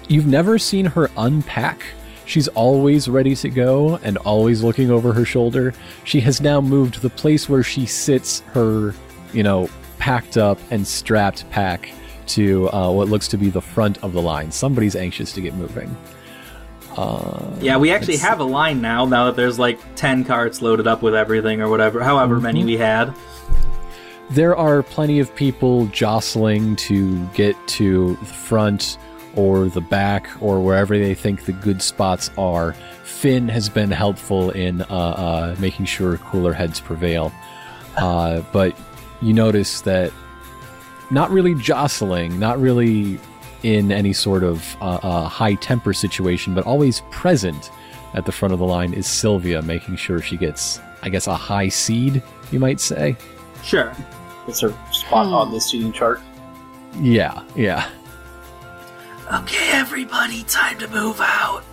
you've never seen her unpack. She's always ready to go and always looking over her shoulder. She has now moved the place where she sits her, you know, packed up and strapped pack to uh, what looks to be the front of the line. Somebody's anxious to get moving. Uh, Yeah, we actually It's- have a line now, now that there's like 10 carts loaded up with everything or whatever, however many we had. there are plenty of people jostling to get to the front or the back or wherever they think the good spots are. Finn has been helpful in uh, uh, making sure cooler heads prevail. Uh, but you notice that not really jostling, not really in any sort of uh, uh, high temper situation, but always present at the front of the line is Sylvia, making sure she gets, I guess, a high seed, you might say. Sure. It's her spot on this seating chart. Yeah, yeah. Okay, everybody, time to move out.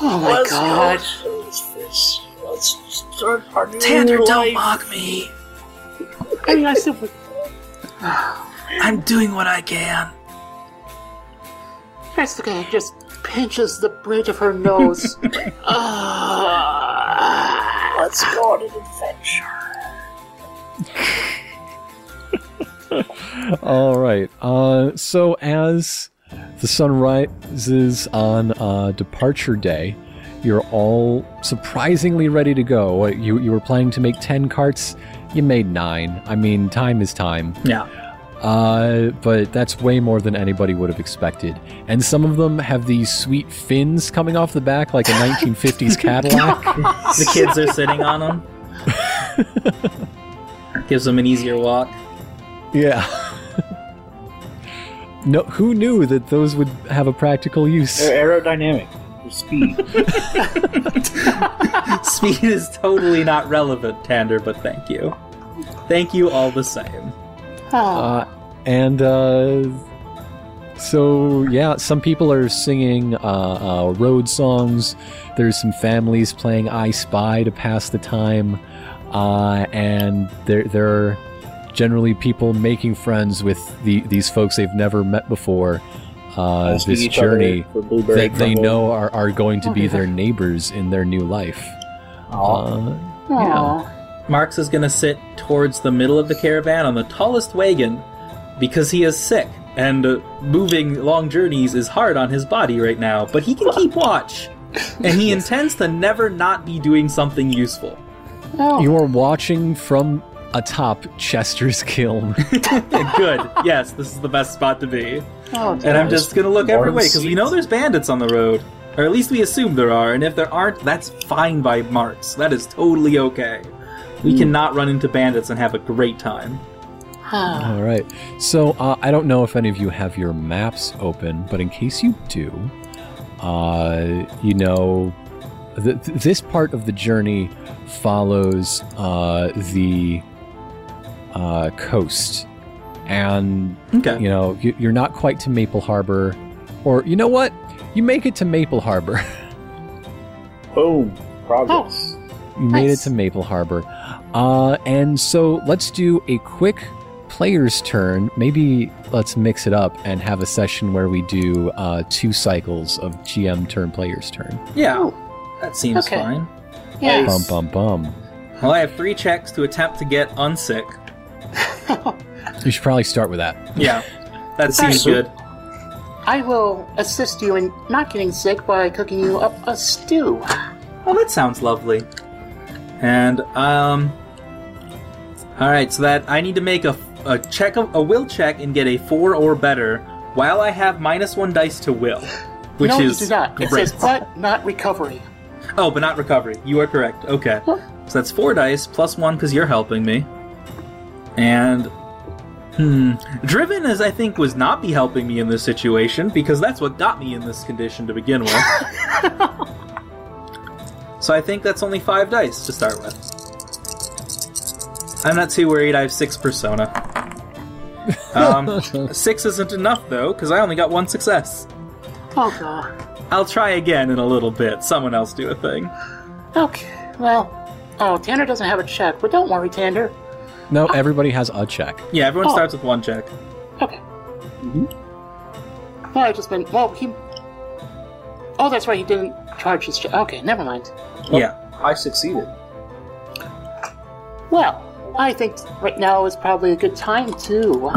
oh my god. Let's, let's start our new mock me. I mean, I still. I'm doing what I can. Francisco just pinches the bridge of her [laughs] nose. Ah. Let's go on an adventure. All right. Uh, so as the sun rises on uh, departure day, you're all surprisingly ready to go. What, You you were planning to make ten carts. You made nine. I mean, time is time. Yeah. Uh, but that's way more than anybody would have expected. And some of them have these sweet fins coming off the back [laughs] like a 1950s Cadillac. The kids are sitting on them. Gives them [laughs] an easier walk. [laughs] Yeah. [laughs] no, who knew that those would have a practical use? They're aerodynamic. Their speed. Speed is totally not relevant, Tander, but thank you. Thank you all the same. Oh. Uh, and uh, so, yeah, some people are singing uh, uh, road songs. There's some families playing I Spy to pass the time. Uh, and there, there are generally people making friends with the, these folks they've never met before. [laughs] Uh, Asking this each other journey for blueberry that they crumble. know are, are going to be Okay. their neighbors in their new life. Aw. Uh, Aw. Marx is going to sit towards the middle of the caravan on the tallest wagon because he is sick and uh, moving long journeys is hard on his body right now, but he can keep watch. And he intends to never not be doing something useful. Oh. you are watching from atop Chester's [laughs] kiln. Good. Yes, this is the best spot to be. oh, And I'm dear. just going to look every Warren way because we know there's bandits on the road. Or at least we assume there are. And if there aren't, that's fine by Marx. That is totally okay. We cannot run into bandits and have a great time. Ah. All right. So uh, I don't know if any of you have your maps open, but in case you do, uh, you know, th- th- this part of the journey follows uh, the uh, coast, and Okay. you know you- you're not quite to Maple Harbor, or you know what, you make it to Maple Harbor. [laughs] uh, Boom. Progress. You made it Nice. to Maple Harbor. Uh, and so let's do a quick player's turn. Maybe let's mix it up and have a session where we do uh, two cycles of GM turn, player's turn. Yeah, Ooh. that seems Okay. fine. Yeah. Um, Bum, bum, bum. Well, I have three checks to attempt to get unsick. You should probably start with that. Yeah, that seems Nice. good. I will assist you in not getting sick by cooking you up a stew. Oh, that sounds lovely. And um, All right, so that I need to make a, a check of, a will check and get a four or better, while I have minus one dice to will, which no, is you do not. It great. says, but not recovery. oh, but not recovery. You are correct. Okay, Huh. so that's four dice plus one because you're helping me, and hmm, driven as I think was not be helping me in this situation because that's what got me in this condition to begin with. so I think that's only five dice to start with. I'm not too worried. I have six persona. Um, six isn't enough though, because I only got one success. Oh, God. I'll try again in a little bit. Someone else do a thing. Okay, well. Oh, Tanner doesn't have a check, but don't worry, Tanner. Oh. No, everybody has a check. Yeah, everyone Oh. starts with one check. Okay. Mm-hmm. Well, I just been. Well, he. Oh, that's right, he didn't charge his check. Okay, never mind. Yeah. Oh. I succeeded. Well, I think right now is probably a good time to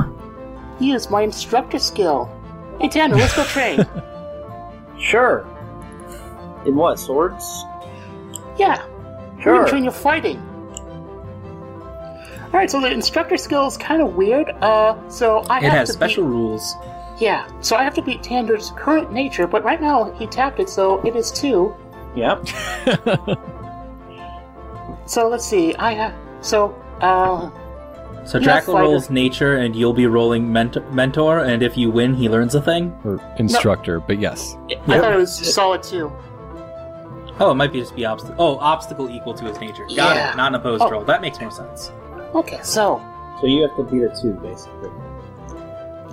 use my instructor skill. Hey, Tanner, let's [laughs] go train. Sure. In what swords? yeah. We're Sure. gonna train your fighting. Alright, so the instructor skill is kind of weird. Uh, so I it have has to special Beat, rules. yeah, so I have to beat Tanner's current nature, but right now he tapped it, so it is two. Yep. So let's see. I have so uh So Yes, Dracula I rolls just- nature, and you'll be rolling ment- mentor. And if you win, he learns a thing. Or instructor, but yes. I thought it was solid two. Oh, it might be just be obstacle. Oh, obstacle equal to his nature. Got Yeah. it. Not an opposed Oh. roll. That makes more sense. Okay, so So you have to beat it too, [laughs] basically.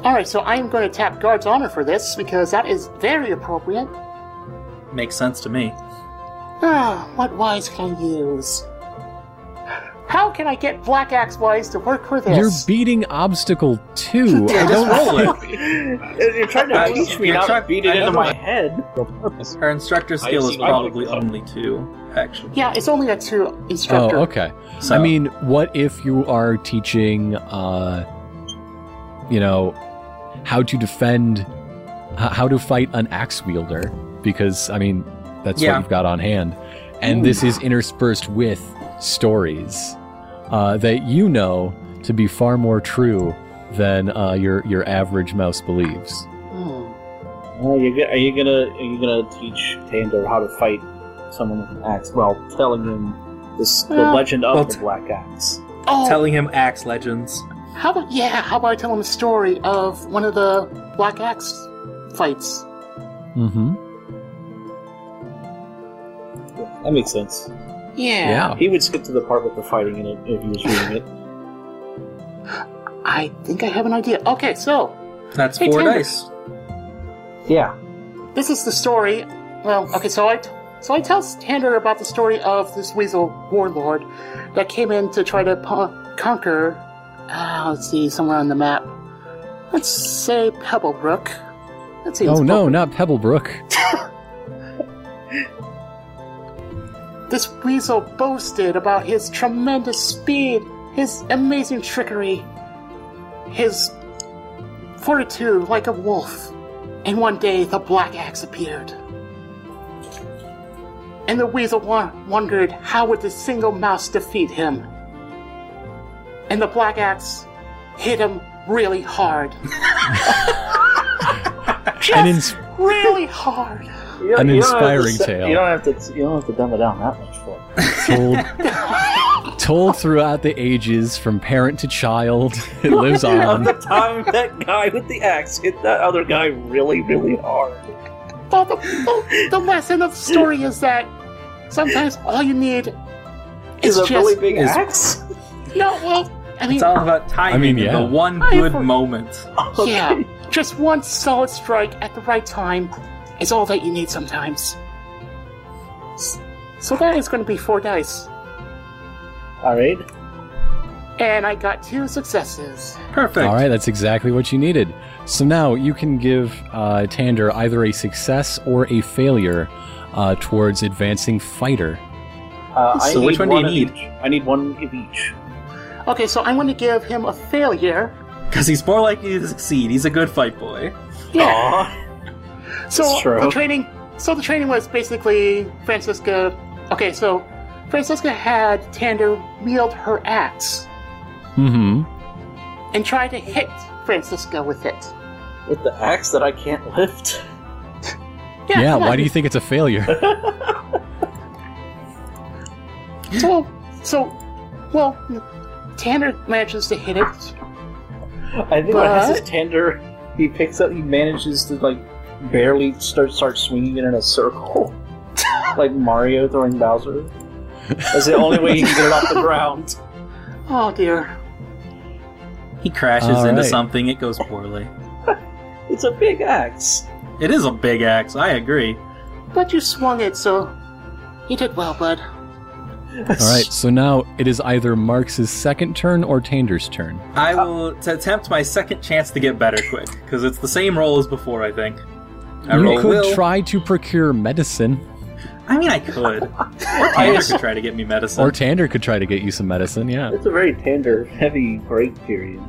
all right, so I am going to tap guard's honor for this because that is very appropriate. Makes sense to me. Ah, what wise can I use? How can I get Black Axe Wise to work for this? You're beating obstacle two. I Just don't roll [laughs] it. Uh, You're trying I- to teach me you're not to trying- beat I it know into my that- head. Her instructor skill is see. I like probably that. only two, actually. yeah, it's only a two Oh, instructor. okay. So, I mean, what if you are teaching, uh, you know, how to defend, h- how to fight an axe wielder? Because, I mean, that's Yeah. what you've got on hand. And this is interspersed with stories uh, that you know to be far more true than uh, your, your average mouse believes. Hmm. Are you, go- are you gonna are you gonna teach Tander how to fight someone with an axe? Well, telling him this, the Well- legend of Well, the t- Black Axe. Oh, telling him axe legends. how about yeah? How about I tell him a story of one of the Black Axe fights? Mm-hmm. Yeah, that makes sense. Yeah. He would skip to the part with the fighting in it if he was reading it. I think I have an idea. Okay, so That's Hey, four Tanner. dice. Yeah. this is the story. Well, okay, so I so I tell Standard about the story of this weasel warlord that came in to try to po- conquer. Uh, let's see, somewhere on the map. Let's say Pebblebrook. That seems Oh, no, appropriate. not Pebblebrook. This weasel boasted about his tremendous speed, his amazing trickery, his fortitude like a wolf. And one day the black axe appeared. And the weasel wa- wondered how would the single mouse defeat him. And the black axe hit him really hard. Just An ins- really hard. You An don't- you don't have to inspiring se- tale. You don't have to. You don't have to dumb it down that much for. it. told told throughout the ages from parent to child [laughs] it lives [laughs] on time that guy with the axe hit that other guy really, really hard. Well, the, the, the lesson of the story is that sometimes all you need Is is a just really big is- [laughs] axe. no. Well, I mean, It's all about timing. I mean, yeah. The one I good for- moment. yeah, just one solid strike at the right time is all that you need sometimes. S- So that is going to be four dice, All right. and I got two successes. Perfect. all right that's exactly what you needed so now you can give uh, tander either a success or a failure uh, towards advancing fighter Uh, I So which need one do you of need? each. I need one of each. Okay, so I'm going to give him a failure. Because he's more likely to succeed. He's a good fight boy. Yeah. Aw. So That's true. the training, so the training was basically Francisca. Okay, so Francisca had Tander wield her axe, Mm-hmm. and try to hit Francisco with it. With the axe that I can't lift. Yeah, come why on. do you think it's a failure? So, so, well, Tanner manages to hit it. I think what has But- his tender. He picks up. He manages to like barely start start swinging it in a circle, like Mario throwing Bowser. That's the only way he can get it off the ground. Oh dear. He crashes All into right. something, it goes poorly. It's a big axe. It is a big axe, I agree. But you swung it, so you did well, bud. All right, so now it is either Marx's second turn or Tander's turn. I will t- attempt my second chance to get better quick, because it's the same roll as before, I think. I you roll could will. try to procure medicine, I mean, I could. [laughs] Or Tanner could try to get me medicine. or Tander could try to get you some medicine. Yeah. It's a very tender, heavy break period.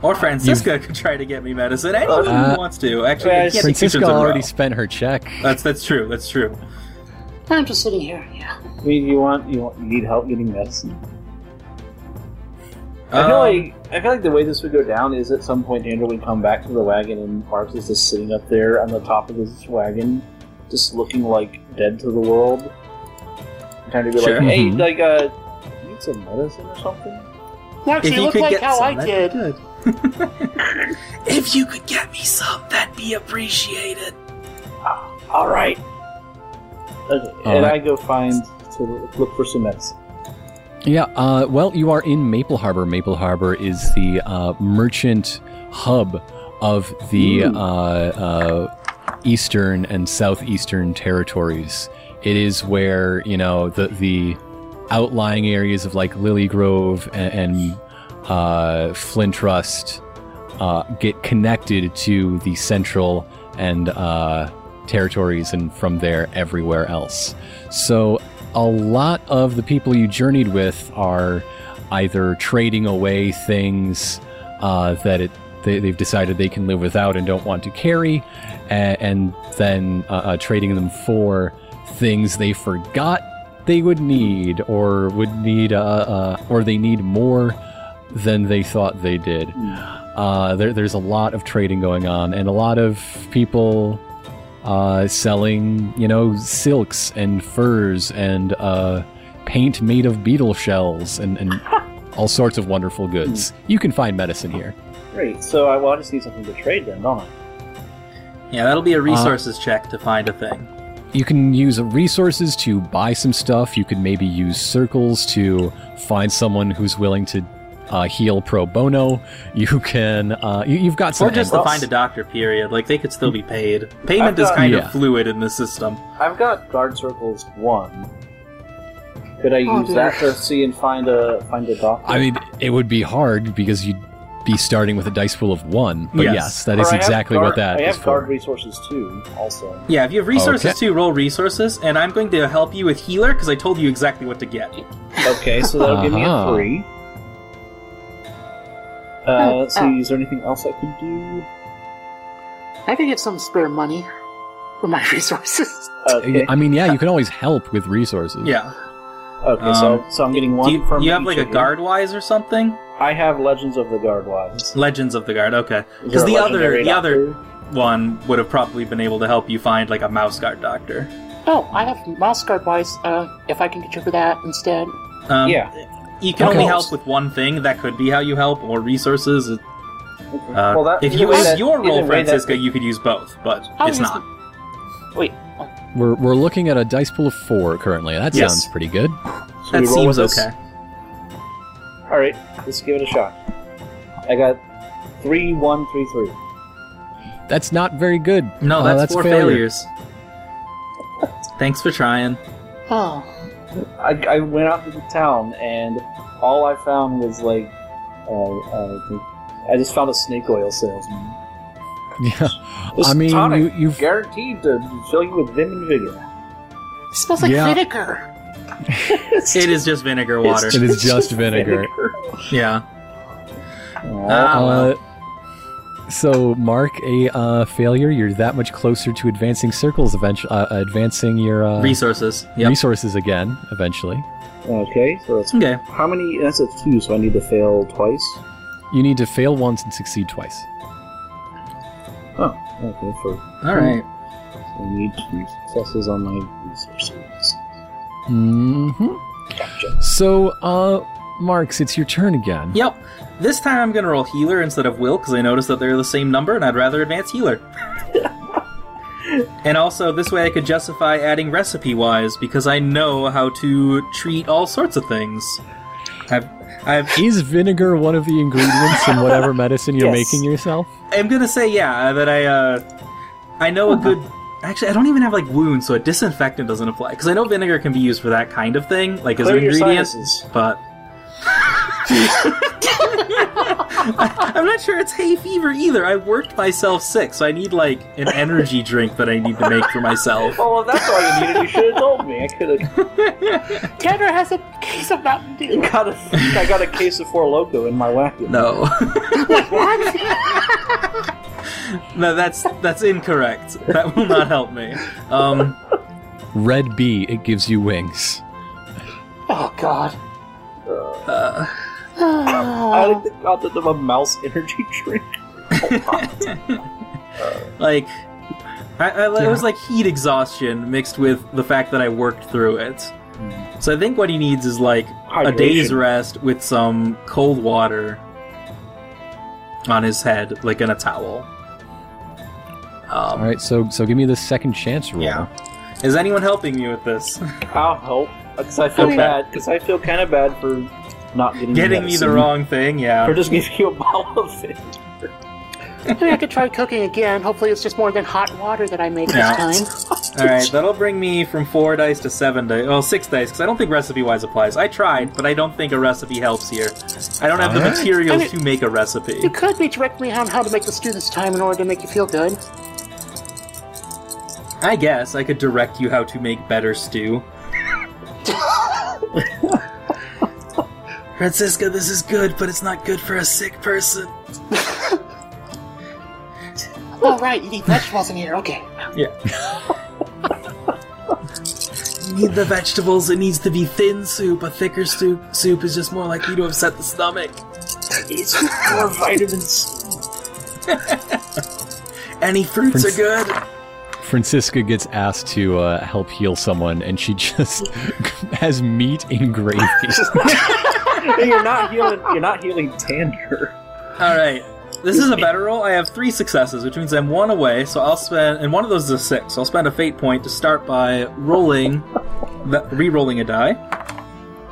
Or Francisca could try to get me medicine. Anyone Uh, who wants to. Actually, uh, I can't be two Francisca turns in a row. already spent her check. That's that's true. That's true. I'm just sitting here. Yeah. I mean, you want you want you need help getting medicine. I Um, feel like I feel like the way this would go down is at some point Andrew would come back to the wagon and Marx is just sitting up there on the top of his wagon, just looking like dead to the world. Trying to be Sure. like, hey, Mhm. like uh, you need some medicine or something. Mark, If you you look could like get how some, I that'd did. be [laughs] if you could get me some, that'd be appreciated. All right. Okay, All and right. I go find to look for some medicine. Yeah. Uh, well, you are in Maple Harbor. Maple Harbor is the uh, merchant hub of the uh, uh, eastern and southeastern territories. It is where you know the the outlying areas of like Lily Grove and, and uh, Flint Rust uh, get connected to the central and uh, territories, and from there everywhere else. So a lot of the people you journeyed with are either trading away things uh, that it they, they've decided they can live without and don't want to carry, and, and then uh, uh, trading them for things they forgot they would need or would need uh, uh, or they need more than they thought they did. Uh, there, there's a lot of trading going on, and a lot of people uh, selling, you know, silks and furs and uh, paint made of beetle shells and, and all sorts of wonderful goods. You can find medicine here. Great. So I, well, I just need something to trade then, don't I? Yeah, that'll be a Uh, resources check to find a thing. You can use resources to buy some stuff. You could maybe use circles to find someone who's willing to uh, heal pro bono. You can, uh, you, you've got some. Or just to Well- find a doctor, period. Like, they could still be paid. Payment is got- kind Yeah. of fluid in this system. I've got guard circles one. Could I Oh, use dear. that to see and find a find a doctor? I mean, it would be hard because you'd be starting with a dice pool of one. But yes, Yes. that Or is I have exactly guard, what that I is have guard for. resources too. Also, Yeah, if you have resources Okay. too, roll resources, and I'm going to help you with healer because I told you exactly what to get. okay, so that'll give me a Uh-huh. three. Uh, so is there anything else I can Uh, do? I could get some spare money for my [laughs] resources. Okay, I mean, yeah, you can always help with resources. Yeah. okay, um, so so I'm getting Do one you, from. do you have each like of a guard wise or something? I have Legends of the Guard Wives. Legends of the Guard. Okay, Is there because a the other legendary the other doctor? one would have probably been able to help you find like a mouse guard doctor. Oh, I have mouse guard wise, uh, if I can get you for that instead. Um, yeah. you can Okay. only help with one thing. That could be how you help or resources. It- Uh, Well, that- if either you way use that- your either role, way that- Francisca, you could use both, but I'll it's use not. Wait, Oh. We're, we're looking at a dice pool of four currently. That Yes. sounds pretty good. Should That we roll seems with this? okay. All right, let's give it a shot. I got three, one, three, three. That's not very good. No, Uh, Oh, that's, that's four failure. failures. Thanks for trying. oh, I, I went out to the town and all I found was like, uh, uh, I just found a snake oil salesman. [laughs] Yeah. This I mean, tonic you, you've guaranteed to fill you with vim and [laughs] vigor. it smells like Yeah. vinegar. It is just vinegar water. It is just vinegar. Yeah. Aw. Ah, well. Uh, So mark a uh, failure. You're that much closer to advancing circles, eventually uh, advancing your uh, Resources. Yep. resources again. Eventually, Okay, so that's okay. how many? That's a two, so I need to fail twice. you need to fail once and succeed twice. Oh, okay, for All right. I need two successes on my resources. hmm Gotcha. So, uh, Marks, it's your turn again. Yep. This time I'm going to roll healer instead of will because I noticed that they're the same number and I'd rather advance [laughs] healer. and also, this way I could justify adding recipe wise because I know how to treat all sorts of things. I've, I've, Is vinegar one of the ingredients in [laughs] whatever medicine you're Yes. making yourself? I'm going to say, yeah, that I, uh, I know a good. Actually, I don't even have like wounds, so a disinfectant doesn't apply because I know vinegar can be used for that kind of thing, like as an Clear your ingredient. sinuses. but [laughs] I, am not sure it's hay fever either. I worked myself sick, so I need like an energy drink that I need to make for [laughs] myself. Oh, if that's all you needed. You should have told me. I could have Tanner has a case of [laughs] Mountain Dew. [laughs] [laughs] got a. I got a case of four loco in my wacky. No. [laughs] no, that's that's incorrect. That will not help me. Um, Red bee, it gives you wings. Oh God. uh, I Oh. like the concept of a mouse energy [laughs] drink. like I, I, it was like heat exhaustion mixed with the fact that I worked through it. So I think what he needs is like a day's Hydration. rest with some cold water on his head, like in a towel. All Um, right, so so give me the second chance roll. Yeah. Is anyone helping me with [laughs] this? [laughs] I'll help because I feel Okay. bad because I feel kind of bad for not getting Getting me the medicine. [laughs] wrong thing? Or Yeah. just giving you a bottle of it. I mean, I could try cooking again. Hopefully, it's just more than hot water that I make Yeah. this time. All right, that'll bring me from four dice to seven dice. Well, six dice, because I don't think recipe wise applies. I tried, but I don't think a recipe helps here. I don't have the All right. materials I mean- to make a recipe. You could be direct me on how to make this do this time in order to make you feel good. I guess I could direct you how to make better stew. Francisca, this is good, but it's not good for a sick person. Oh right, you need vegetables in here. Okay. You need the vegetables. It needs to be thin soup. A thicker soup soup is just more likely to upset the stomach. It's more vitamins. [laughs] Any fruits are good. Francisca gets asked to uh, help heal someone, and she just [laughs] has meat in gravy. [laughs] Hey, you're not healing. You're not healing Tander. All right, this is a better roll. I have three successes, which means I'm one away. So I'll spend, and one of those is a six. So I'll spend a fate point to start by rolling, the- re-rolling a die,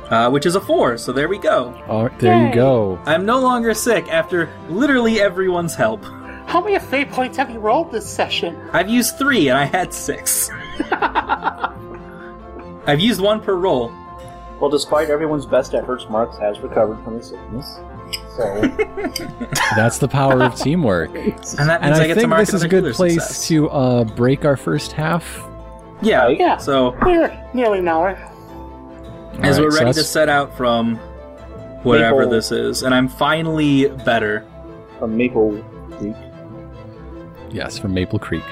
uh, which is a four. So there we go. All right, there you Yay. go. I'm no longer sick after literally everyone's help. How many fate points have you rolled this session? I've used three and I had [laughs] six. I've used one per roll. Well, despite everyone's best efforts, Marks has recovered from his sickness. So That's the power [laughs] of teamwork. And that and means I I, get to think mark this is a another good healer place success. to uh, break our first half. Yeah. Yeah. So We're nearly an hour. as All right, we're so ready to that's- set out from wherever Maple. this is, and I'm finally better. from Maple Creek. yes, from Maple Creek.